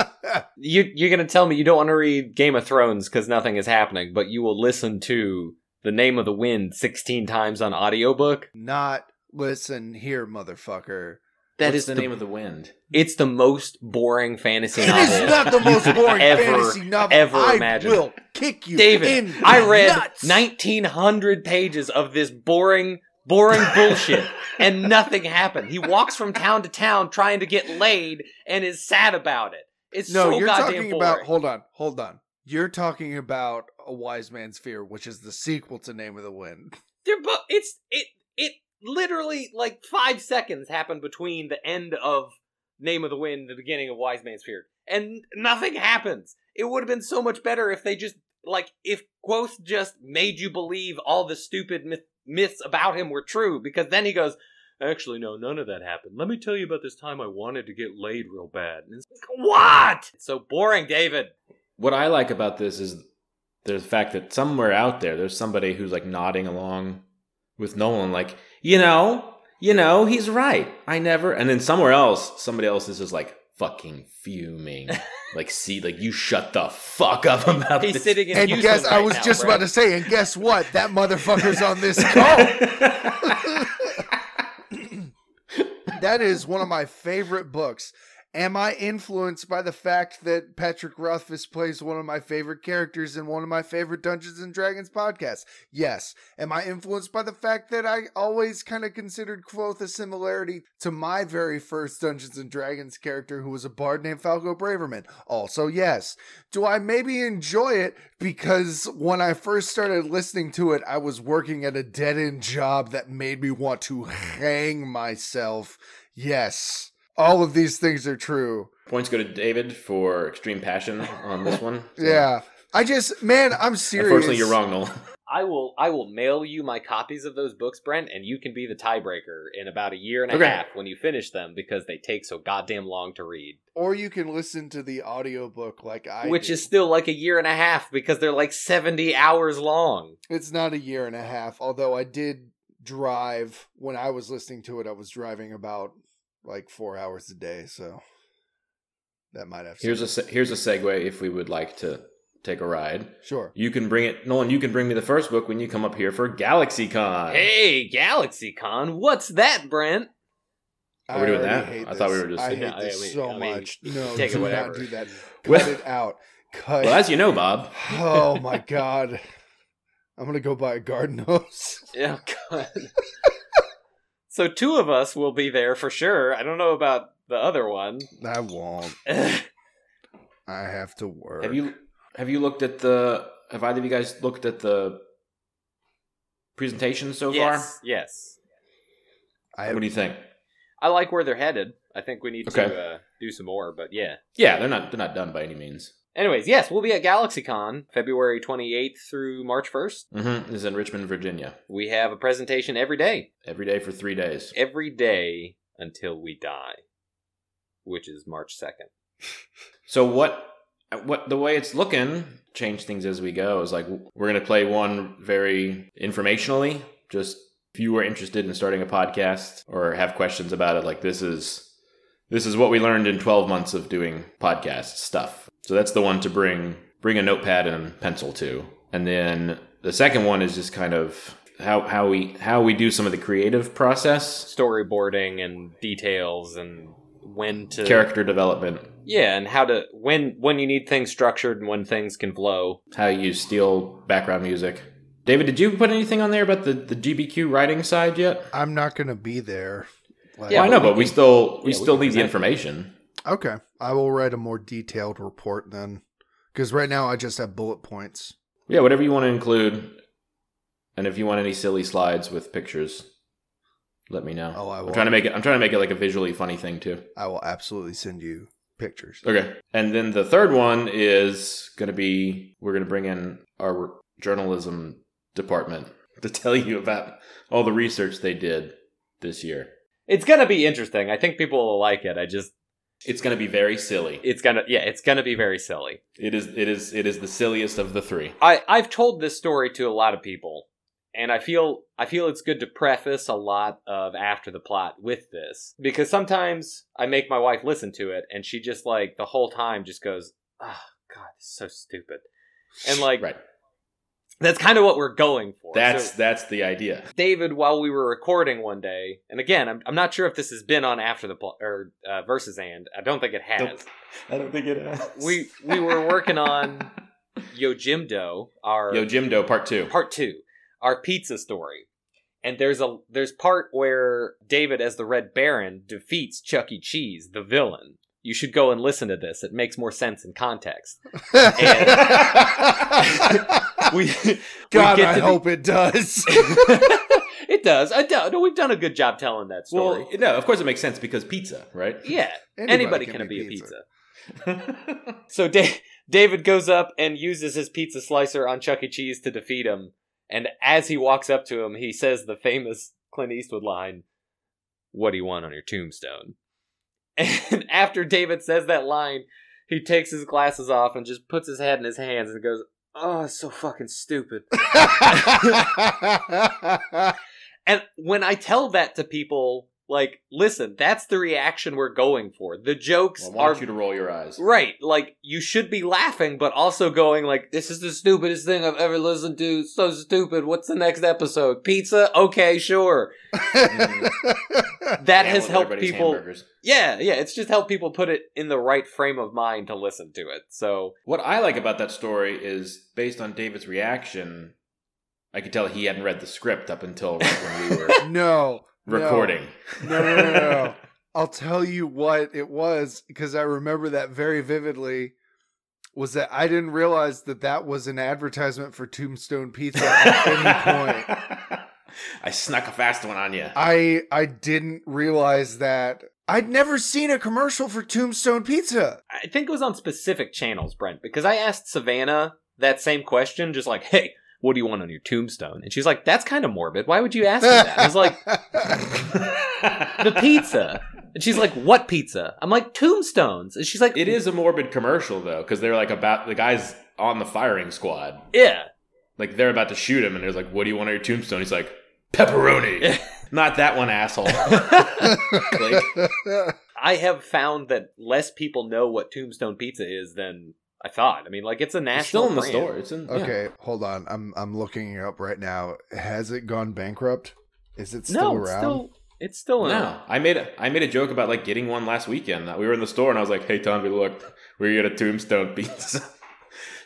you you're gonna tell me you don't want to read Game of Thrones because nothing is happening, but you will listen to the name of the wind sixteen times on audiobook. Not listen here, motherfucker. That What's is the, the- name of the wind. It's the most boring fantasy It novel. is not the most boring ever, fantasy novel ever I imagined. will kick you, David, In I the read nuts. nineteen hundred pages of this boring, boring bullshit, and nothing happened. He walks from town to town trying to get laid and is sad about it. It's No, so you're goddamn talking boring. about. Hold on, hold on. You're talking about a wise man's fear, which is the sequel to Name of the Wind. They're both. It's it it literally like five seconds happened between the end of Name of the Wind, and the beginning of Wise Man's Fear, and nothing happens. It would have been so much better if they just like if Quoth just made you believe all the stupid myth- myths about him were true, because then he goes. Actually, no, none of that happened. Let me tell you about this time I wanted to get laid real bad. And it's like, what? It's so boring, David. what I like about this is the fact that somewhere out there, there's somebody who's like nodding along with Nolan, like, you know, you know, he's right. I never. And then somewhere else, somebody else is just like fucking fuming. like, see, like, you shut the fuck up about He's this. sitting in. And Houston guess I right was now, just Brad. about to say, and guess what? That motherfucker's on this call. that is one of my favorite books. Am I influenced by the fact that Patrick Rothfuss plays one of my favorite characters in one of my favorite Dungeons and Dragons podcasts? Yes. Am I influenced by the fact that I always kind of considered Quoth a similarity to my very first Dungeons and Dragons character who was a bard named Falco Braverman? Also, yes. Do I maybe enjoy it because when I first started listening to it, I was working at a dead end job that made me want to hang myself? Yes. All of these things are true. Points go to David for extreme passion on this one. Yeah. I just, man, I'm serious. Unfortunately, you're wrong, Nolan. I will I will mail you my copies of those books, Brent, and you can be the tiebreaker in about a year and a Okay. half when you finish them because they take so goddamn long to read. Or you can listen to the audiobook like I which do. is still like a year and a half because they're like 70 hours long. It's not a year and a half, although I did drive when I was listening to it, I was driving about like four hours a day, so that might have Here's a se- here's a segue. If we would like to take a ride, sure. you can bring it, Nolan. You can bring me the first book when you come up here for GalaxyCon. Hey, GalaxyCon, what's that, Brent? Are we doing that? I thought we were just- I hate Yeah, I this mean- so I mean, much. No, take it do whatever. not do that. Cut Well- it out. Cut. Well, as you know, Bob, oh my god, I'm gonna go buy a garden hose. Oh god. so two of us will be there for sure. I don't know about the other one. I won't. I have to work. have you have you looked at the? Have either of you guys looked at the presentation so yes, yes. I far? What do you think? I like where they're headed. I think we need to Okay. uh, do some more, but yeah. Yeah, they're not they're not done by any means. Anyways, yes, we'll be at GalaxyCon February 28th through March 1st. Mm-hmm. This is in Richmond, Virginia, We have a presentation every day. every day for three days. Every day until we die, which is March 2nd. So what what the way it's looking, change things as we go. Is like we're gonna play one very informationally. Just if you are interested in starting a podcast or have questions about it, like this is this is what we learned in twelve months of doing podcast stuff. So that's the one to bring bring a notepad and pencil to. And then the second one is just kind of how, how we how we do some of the creative process, Storyboarding and details and when to character development, Yeah, and how to when when you need things structured and when things can flow. how you steal background music. David, did you put anything on there about the, the GBQ writing side yet? I'm not gonna be there. Like, Yeah, I know, but we still we yeah, we still can need the present. information. Okay, I will write a more detailed report then, because right now I just have bullet points. Yeah, whatever you want to include, and if you want any silly slides with pictures, let me know. Oh, I will. I'm trying to make it. I'm trying to make it like a visually funny thing too. I will absolutely send you pictures. Okay, and then the third one is going to be we're going to bring in our journalism department to tell you about all the research they did this year. It's gonna be interesting. I think people will like it. I just It's going to be very silly. it's gonna yeah, it's gonna be very silly. It is it is it is the silliest of the three. I I've told this story to a lot of people, and I feel I feel it's good to preface a lot of after the plot with this because sometimes I make my wife listen to it, and she just like the whole time just goes, "Oh God, this is so stupid," and like Right. that's kind of what we're going for. That's So- that's the idea. David while we were recording one day, and again, I'm, I'm not sure if this has been on after the pl- or uh, versus and I don't think it has. Nope. I don't think it is. We we were working on Yojimdo, our Yo Jim Doe part two. part two, our pizza story, and there's a there's part where David as the Red Baron defeats Chuck E. Cheese, the villain. You should go and listen to this. It makes more sense in context. We God, get I to the- hope it does. it does. I do, no, we've done a good job telling that story. well, no, of course it makes sense because pizza, right? yeah. Anybody, can, be, a pizza. so da- David goes up and uses his pizza slicer on Chuck E. Cheese to defeat him. And as he walks up to him, he says the famous Clint Eastwood line, What do you want on your tombstone? And after David says that line, he takes his glasses off and just puts his head in his hands and goes, Oh, it's so fucking stupid. And when I tell that to people, like, listen, that's the reaction we're going for. The jokes Well, I are want you to roll your eyes. Right, like you should be laughing, but also going like, "This is the stupidest thing I've ever listened to. So stupid. What's the next episode? Pizza? Okay, sure." Mm. That Yeah, has with helped everybody's people. hamburgers. Yeah, yeah, it's just helped people put it in the right frame of mind to listen to it. So What I like about that story is based on David's reaction, I could tell he hadn't read the script up until right when we were no. no. recording. No, no, no, no. I'll tell you what it was because I remember that very vividly. Was that I didn't realize that that was an advertisement for Tombstone Pizza at any point. I snuck a fast one on you. I I didn't realize that I'd never seen a commercial for Tombstone Pizza. I think it was on specific channels, Brent, because I asked Savannah that same question, just like, "Hey, what do you want on your tombstone?" And she's like, "That's kind of morbid. Why would you ask me that?" I was like, "The pizza." And she's like, "What pizza?" I'm like, "Tombstones." And she's like, It is a morbid commercial though, because they're like about the guys on the firing squad. Yeah. Like they're about to shoot him, and they're like, "What do you want on your tombstone?" He's like, Pepperoni. Not that one, asshole. Click. I have found that less people know what Tombstone Pizza is than I thought. I mean, like it's a national. It's still in the brand. store. It's in. yeah. okay, hold on. I'm I'm looking it up right now. Has it gone bankrupt? Is it still no, it's around? still it's still in. No, I made a, I made a joke about like getting one last weekend. That we were in the store and I was like, "Hey, Tommy, look, we got a tombstone pizza."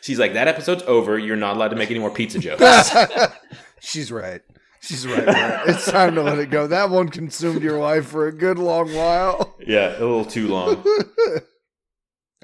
She's like, "That episode's over. You're not allowed to make any more pizza jokes." She's right. She's right. Brett. It's time to let it go. That one consumed your life for a good long while. yeah, a little too long.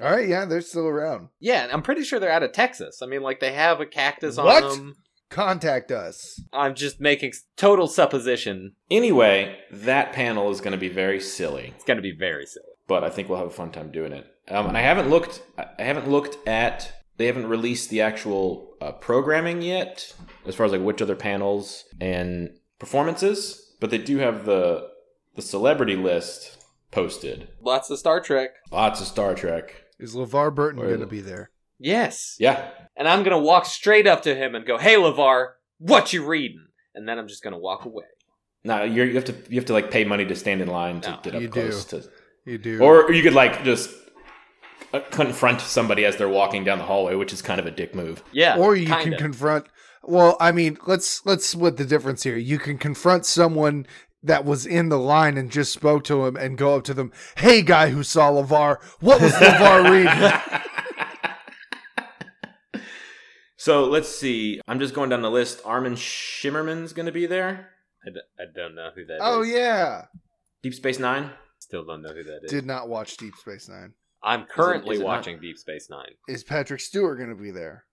All right, yeah, they're still around. Yeah, and I'm pretty sure they're out of Texas. I mean, like they have a cactus What? on them. Contact us. I'm just making s- total supposition. Anyway, that panel is going to be very silly, It's gonna be very silly. but I think we'll have a fun time doing it. Um, and I haven't looked. I I haven't looked at. They haven't released the actual uh, programming yet, as far as like which other panels and performances. But they do have the the celebrity list posted. Lots of Star Trek. Lots of Star Trek. Is LeVar Burton Or- going to be there? Yes. Yeah, And I'm gonna walk straight up to him and go, "Hey, Levar, what you reading?" And then I'm just gonna walk away. No, you're, you have to you have to like pay money to stand in line to No, get up you do. close to, You do. or you could like just uh, confront somebody as they're walking down the hallway, which is kind of a dick move. Yeah. or you kinda. can confront well i mean let's let's split the difference here you can confront someone that was in the line and just spoke to him and go up to them hey guy who saw levar what was levar reading so let's see. I'm just going down the list. Armin Shimmerman's going to be there. I, d- I don't know who that is. oh yeah Deep Space Nine. Still don't know who that is. did not watch deep space nine I'm currently is it not? watching Deep Space Nine. is patrick stewart going to be there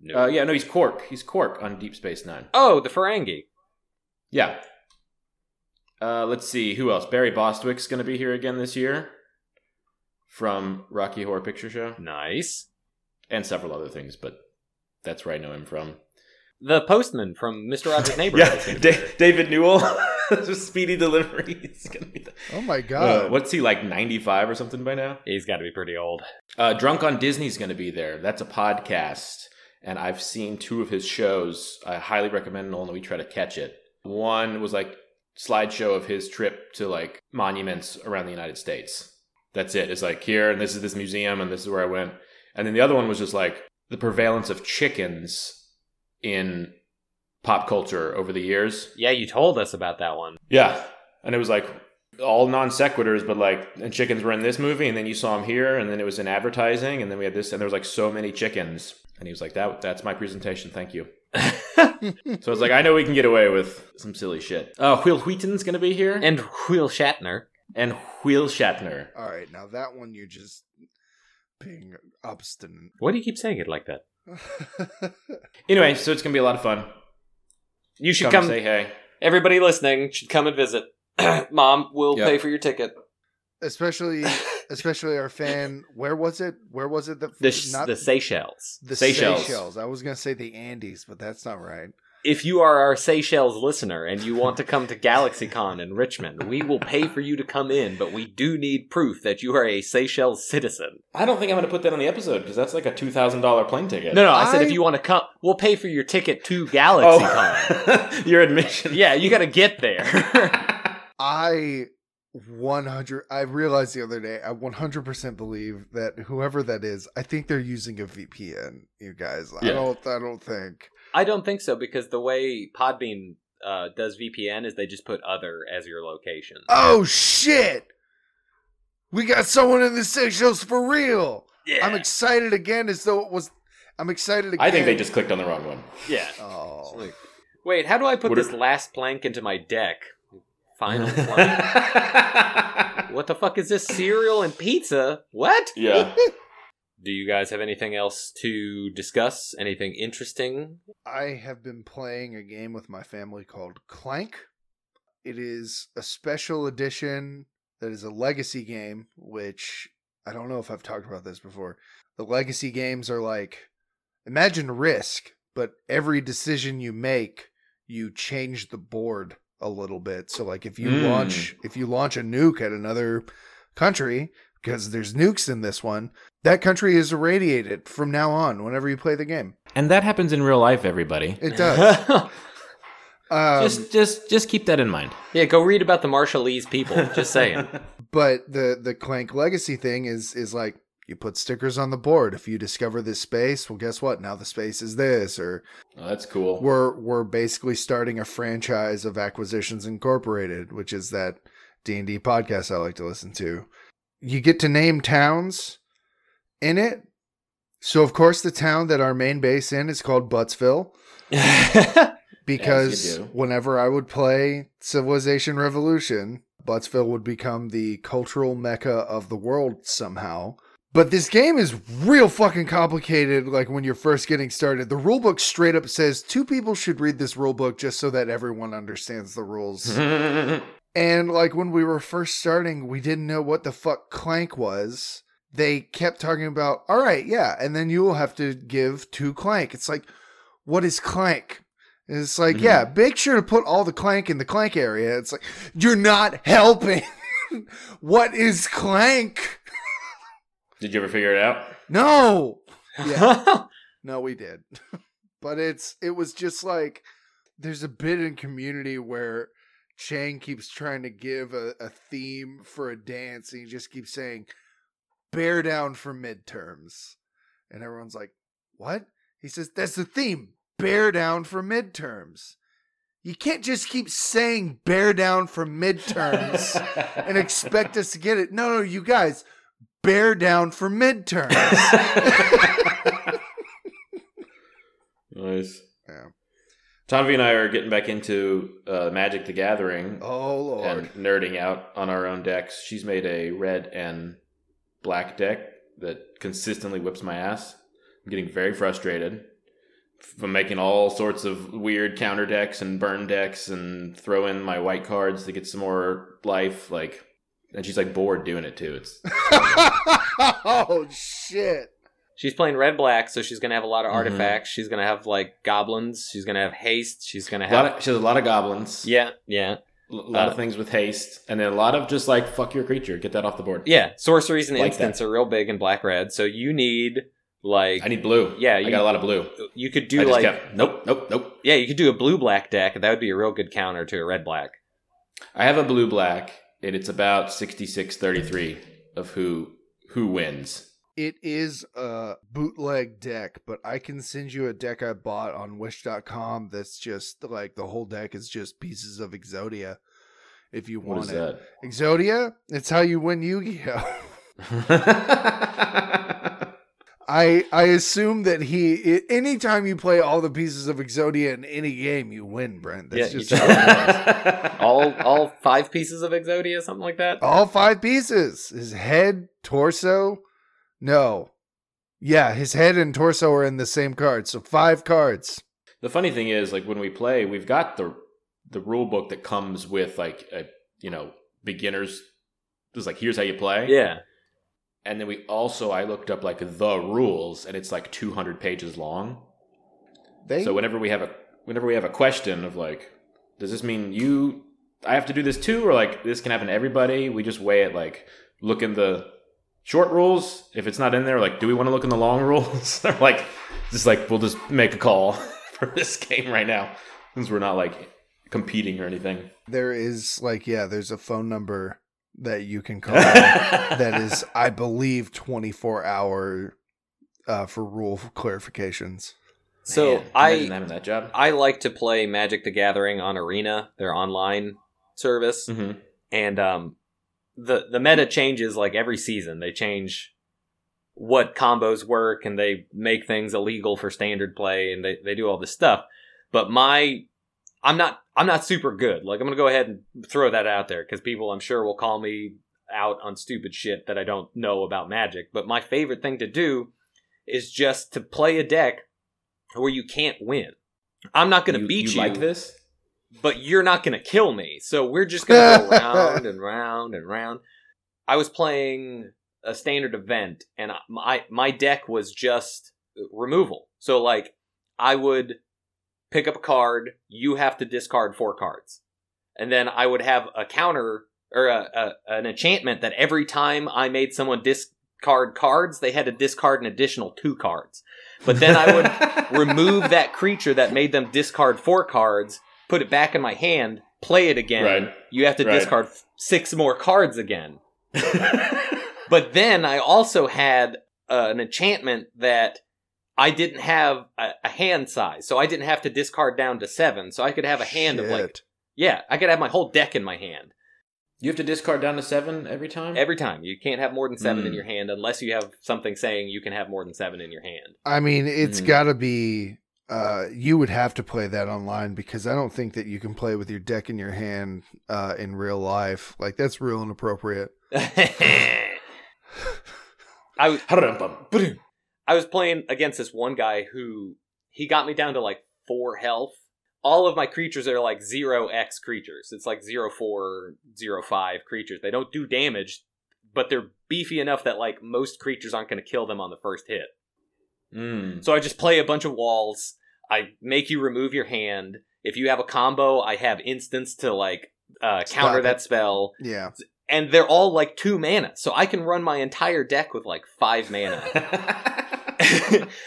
No. Uh, yeah, no, he's Quark. He's Quark on Deep Space Nine. Oh, the Ferengi. Yeah. Uh, let's see who else. Barry Bostwick's going to be here again this year from Rocky Horror Picture Show Nice. and several other things, but that's where I know him from. The postman from Mr. Rogers' Neighborhood. is Yeah, gonna be Da- there. David Newell, Speedy Delivery. He's gonna be the, oh my uh, god what's he like, ninety five or something by now? He's got to be pretty old. Uh, Drunk on Disney's gonna be there. That's a podcast, and I've seen two of his shows. I highly recommend Nolan that we try to catch it. One was like slideshow of his trip to like monuments around the United States. That's it. It's like here, and this is this museum, and this is where I went. And then the other one was just like the prevalence of chickens in pop culture over the years. Yeah, you told us about that one. Yeah, and it was like all non sequiturs, but like and chickens were in this movie, and then you saw them here, and then it was in advertising, and then we had this, and there was like so many chickens, and he was like, "That that's my presentation, thank you." so I was like, "I know we can get away with some silly shit." Uh, Will Wheaton's gonna be here, And Will Shatner. and Will Shatner. all right now that one you're just being obstinate Why do you keep saying it like that? Anyway, so it's gonna be a lot of fun. You should Come, come. say hey. everybody listening should come and visit. Mom will Yeah. pay for your ticket. especially especially our fan where was it where was it that The, sh- the Seychelles. The Seychelles. Seychelles. I was gonna say the Andes, but that's not right. If you are our Seychelles listener and you want to come to GalaxyCon in Richmond, we will pay for you to come in, but we do need proof that you are a Seychelles citizen. I don't think I'm gonna put that on the episode because that's like a two thousand dollar plane ticket. No, no, I, said if I- you want to come, we'll pay for your ticket to GalaxyCon. oh, your admission. yeah, you got to get there. I 100. I realized the other day. I 100 percent believe that whoever that is, I think they're using a VPN. You guys, I Yeah. don't. I don't think. I don't think so because the way Podbean uh, does VPN is they just put other as your location. Oh shit! We got someone in the Seychelles for real. yeah. I'm excited again, as though it was. I'm excited again. I think they just clicked on the wrong one. yeah. Oh, Wait, how do I put What this are- last plank into my deck? Final plank. what the fuck is this? Cereal and pizza? What? yeah. Do you guys have anything else to discuss? Anything interesting? I have been playing a game with my family called Clank. It is a special edition that is a legacy game, which I don't know if I've talked about this before. The legacy games are like imagine risk, but every decision you make, you change the board a little bit. So like if you Mm. launch if you launch a nuke at another country, because there's nukes in this one, that country is irradiated from now on whenever you play the game. And that happens in real life, everybody. It does. Um, just just just keep that in mind. Yeah, go read about the Marshallese people. Just saying. but the the clank legacy thing is is like you put stickers on the board if you discover this space well guess what now the space is this or Oh, that's cool. we're we're basically starting a franchise of acquisitions incorporated which is that d&d podcast i like to listen to you get to name towns in it so of course the town that our main base in is called buttsville because As you do. whenever I would play Civilization Revolution, Buttsville would become the cultural mecca of the world somehow. But this game is real fucking complicated, like when you're first getting started. The rulebook straight up says two people should read this rulebook just so that everyone understands the Mm-hmm. rules. And like when we were first starting, we didn't know what the fuck clank was. They kept talking about, all right, yeah, and then you will have to give two clank. It's like, what is clank? And it's like, Mhm. yeah, make sure to put all the clank in the clank area. It's like, you're not helping. what is clank? Did you ever figure it out? No. Yeah. No, we did. but it's it was just like there's a bit in community where Chang keeps trying to give a, a theme for a dance and he just keeps saying bear down for midterms. And everyone's like, What? He says, That's the theme. Bear down for midterms. You can't just keep saying bear down for midterms and expect us to get it. No, no, you guys, bear down for midterms. Nice. Yeah. Tanvi and I are getting back into uh, Magic the Gathering Oh Lord. and nerding out on our own decks. She's made a red and black deck that consistently whips my ass. I'm getting very frustrated. I'm making all sorts of weird counter decks and burn decks and throw in my white cards to get some more life. Like, and she's like bored doing it too. It's oh shit! she's playing red black, so she's gonna have a lot of Mhm. artifacts. She's gonna have like goblins. She's gonna have haste. She's gonna a lot have of, she has a lot of goblins. yeah, yeah, a lot Uh, of things with haste, and then a lot of just like fuck your creature, get that off the board. yeah. Sorceries and Like instants are real big in black red, so you need like I need blue. Yeah, I you- got a lot of blue. you could I do just like kept nope, nope, nope. yeah, you could do a blue black deck. That would be a real good counter to a red black. I have a blue black, and it's about 66-33 of who who wins. It is a bootleg deck, but I can send you a deck I bought on Wish.com. That's just like the whole deck is just pieces of Exodia. If you What is want it, Exodia. It's how you win Yu-Gi-Oh. that? I I assume that he i- anytime you play all the pieces of Exodia in any game, you win, Brent. That's Yeah, you just just- how it works. All all five pieces of Exodia, something like that. all five pieces his head torso no yeah his head and torso are in the same card so five cards the funny thing is, like when we play, we've got the the rule book that comes with like a you know beginners. It's like here's how you play. Yeah, and then we also I looked up like the rules, and it's like two hundred pages long. they So whenever we have a whenever we have a question of like, does this mean you I have to do this too, or like this can happen to everybody? We just weigh it like look in the short rules. If it's not in there, like do we want to look in the long rules? They're like just like we'll just make a call for this game right now since we're not like competing or anything. there is like yeah there's a phone number that you can call that that is i believe 24 hour uh, for rule clarifications so I having that job. I like to play Magic the Gathering on Arena, their online service, hmm and um, the the meta changes like every season. They change what combos work, and they make things illegal for standard play, and they they do all this stuff. But my I'm not I'm not super good. Like I'm gonna go ahead and throw that out there because people I'm sure will call me out on stupid shit that I don't know about Magic. But my favorite thing to do is just to play a deck where you can't win. I'm not gonna you, beat you, like this? but you're not going to kill me. So we're just going to go round and round and round. I was playing a standard event, and I- my my deck was just removal. So like, I would pick up a card. You have to discard four cards, and then I would have a counter or a, a, an enchantment that every time I made someone discard cards, they had to discard an additional two cards. But then I would remove that creature that made them discard four cards put it back in my hand, play it again. Right. You have to Right. discard f- six more cards again. But then I also had uh, an enchantment that I didn't have a, a hand size, so I didn't have to discard down to seven. So I could have a hand of like, Shit. yeah, I could have my whole deck in my hand you have to discard down to seven every time. every time. You can't have more than seven in Mm. your hand unless you have something saying you can have more than seven in your hand. I mean, it's Mhm. got to be. Uh, you would have to play that online because I don't think that you can play with your deck in your hand uh, in real life. Like that's real inappropriate. I was Ba-dum-bum. I was playing against this one guy who he got me down to like four health. All of my creatures are like zero X creatures. It's like zero four, zero five creatures. They don't do damage, but they're beefy enough that like most creatures aren't going to kill them on the first hit. Mm. So I just play a bunch of walls. I make you remove your hand. If you have a combo, I have instants to like uh, counter it. that spell Yeah, and they're all like two mana, so I can run my entire deck with like five mana.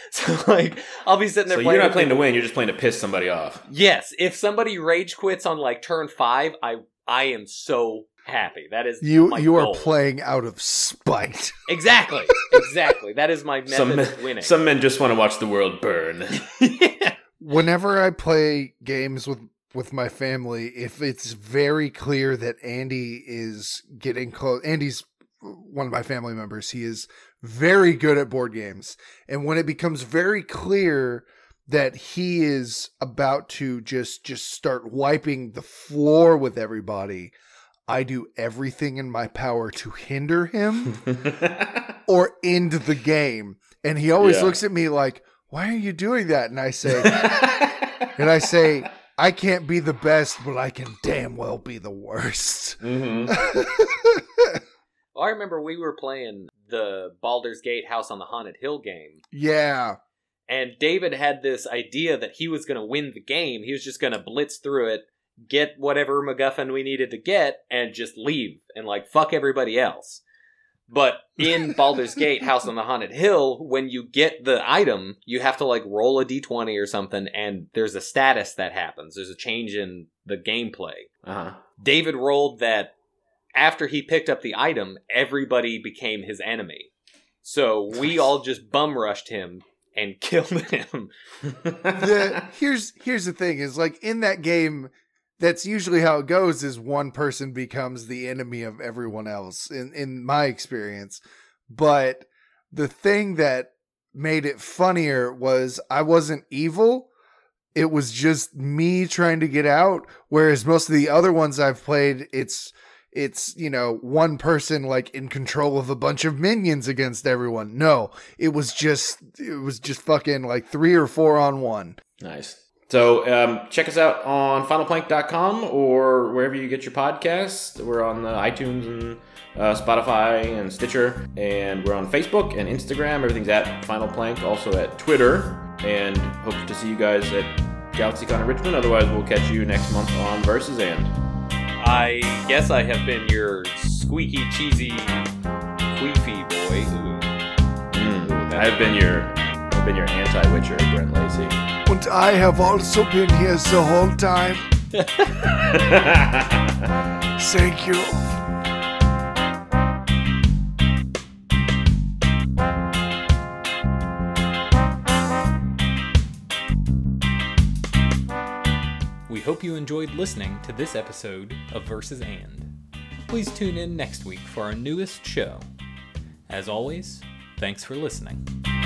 so like, I'll be sitting there. So playing you're not with playing to people- win. You're just playing to piss somebody off. Yes, if somebody rage quits on like turn five, I I am so happy. That is you Oh my you are goal. playing out of spite. exactly, exactly. That is my method Some men, of winning. some men just want to watch the world burn. Whenever I play games with with my family, if it's very clear that Andy is getting close, Andy's one of my family members. He is very good at board games, and when it becomes very clear that he is about to just just start wiping the floor with everybody, I do everything in my power to hinder him. Mm-hmm. or end the game. And he always Yeah. looks at me like, why are you doing that? And I say, and I say, I can't be the best, but I can damn well be the worst. Mhm. Well, Oh, I remember we were playing the Baldur's Gate House on the Haunted Hill game, yeah. and David had this idea that he was going to win the game. He was just going to blitz through it, get whatever MacGuffin we needed to get, and just leave and like fuck everybody else. But in Baldur's Gate House on the Haunted Hill, when you get the item, you have to like roll a d20 or something, and there's a status that happens. There's a change in the gameplay. Uh-huh. David rolled that after he picked up the item, everybody became his enemy. So we all just bum rushed him and killed him. The, here's here's the thing is like in that game, that's usually how it goes is one person becomes the enemy of everyone else in, in my experience. But the thing that made it funnier was I wasn't evil. it was just me trying to get out whereas most of the other ones i've played it's it's you know one person like in control of a bunch of minions against everyone no it was just it was just fucking like three or four on one Nice. So um, check us out on finalplank.com or wherever you get your podcasts. We're on the iTunes and uh, Spotify and Stitcher, and we're on Facebook and Instagram. Everything's at Final Plank, also at Twitter, and hope to see you guys at GalaxyCon in Richmond. Otherwise, we'll catch you next month on Versus and. I guess I have been your squeaky, cheesy, queefy boy. Mm, I've been your, I've been your anti-Witcher, Brent Lacey. And I have also been here the whole time. Thank you. We hope you enjoyed listening to this episode of Versus And. Please tune in next week for our newest show. As always, thanks for listening.